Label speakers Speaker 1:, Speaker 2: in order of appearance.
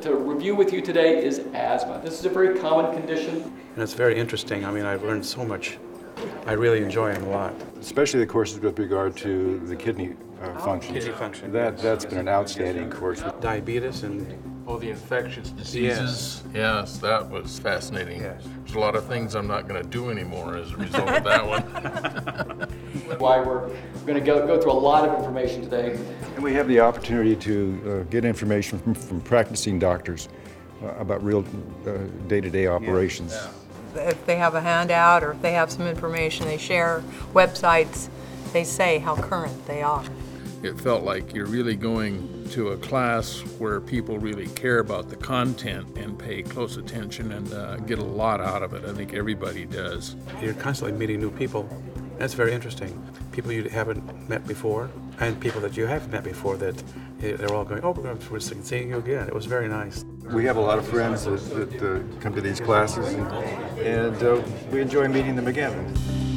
Speaker 1: to review with you today is asthma. This is a very common condition.
Speaker 2: And it's very interesting. I mean, I've learned so much. I really enjoy them a lot.
Speaker 3: especially the courses with regard to the kidney uh, function.
Speaker 2: Oh. Kidney function,
Speaker 3: That, that's been an outstanding course.
Speaker 2: Diabetes and
Speaker 4: Oh, the infectious diseases. Yes, that was fascinating.
Speaker 2: Yes.
Speaker 4: There's a lot of things I'm not going to do anymore as a result of that one.
Speaker 1: Why we're going to go, go through a lot of information today.
Speaker 3: And we have the opportunity to uh, get information from, from practicing doctors uh, about real uh, day-to-day operations.
Speaker 5: if they have a handout or if they have some information they share, websites, they say how current they are.
Speaker 4: It felt like you're really going to a class where people really care about the content and pay close attention and uh, get a lot out of it. I think everybody does.
Speaker 2: you're constantly meeting new people. That's very interesting. People you haven't met before and people that you have met before that eh, they're all going, oh, we're going to seeing you again. It was very nice.
Speaker 3: We have a lot of friends that, that uh, come to these classes, and, and uh, we enjoy meeting them again.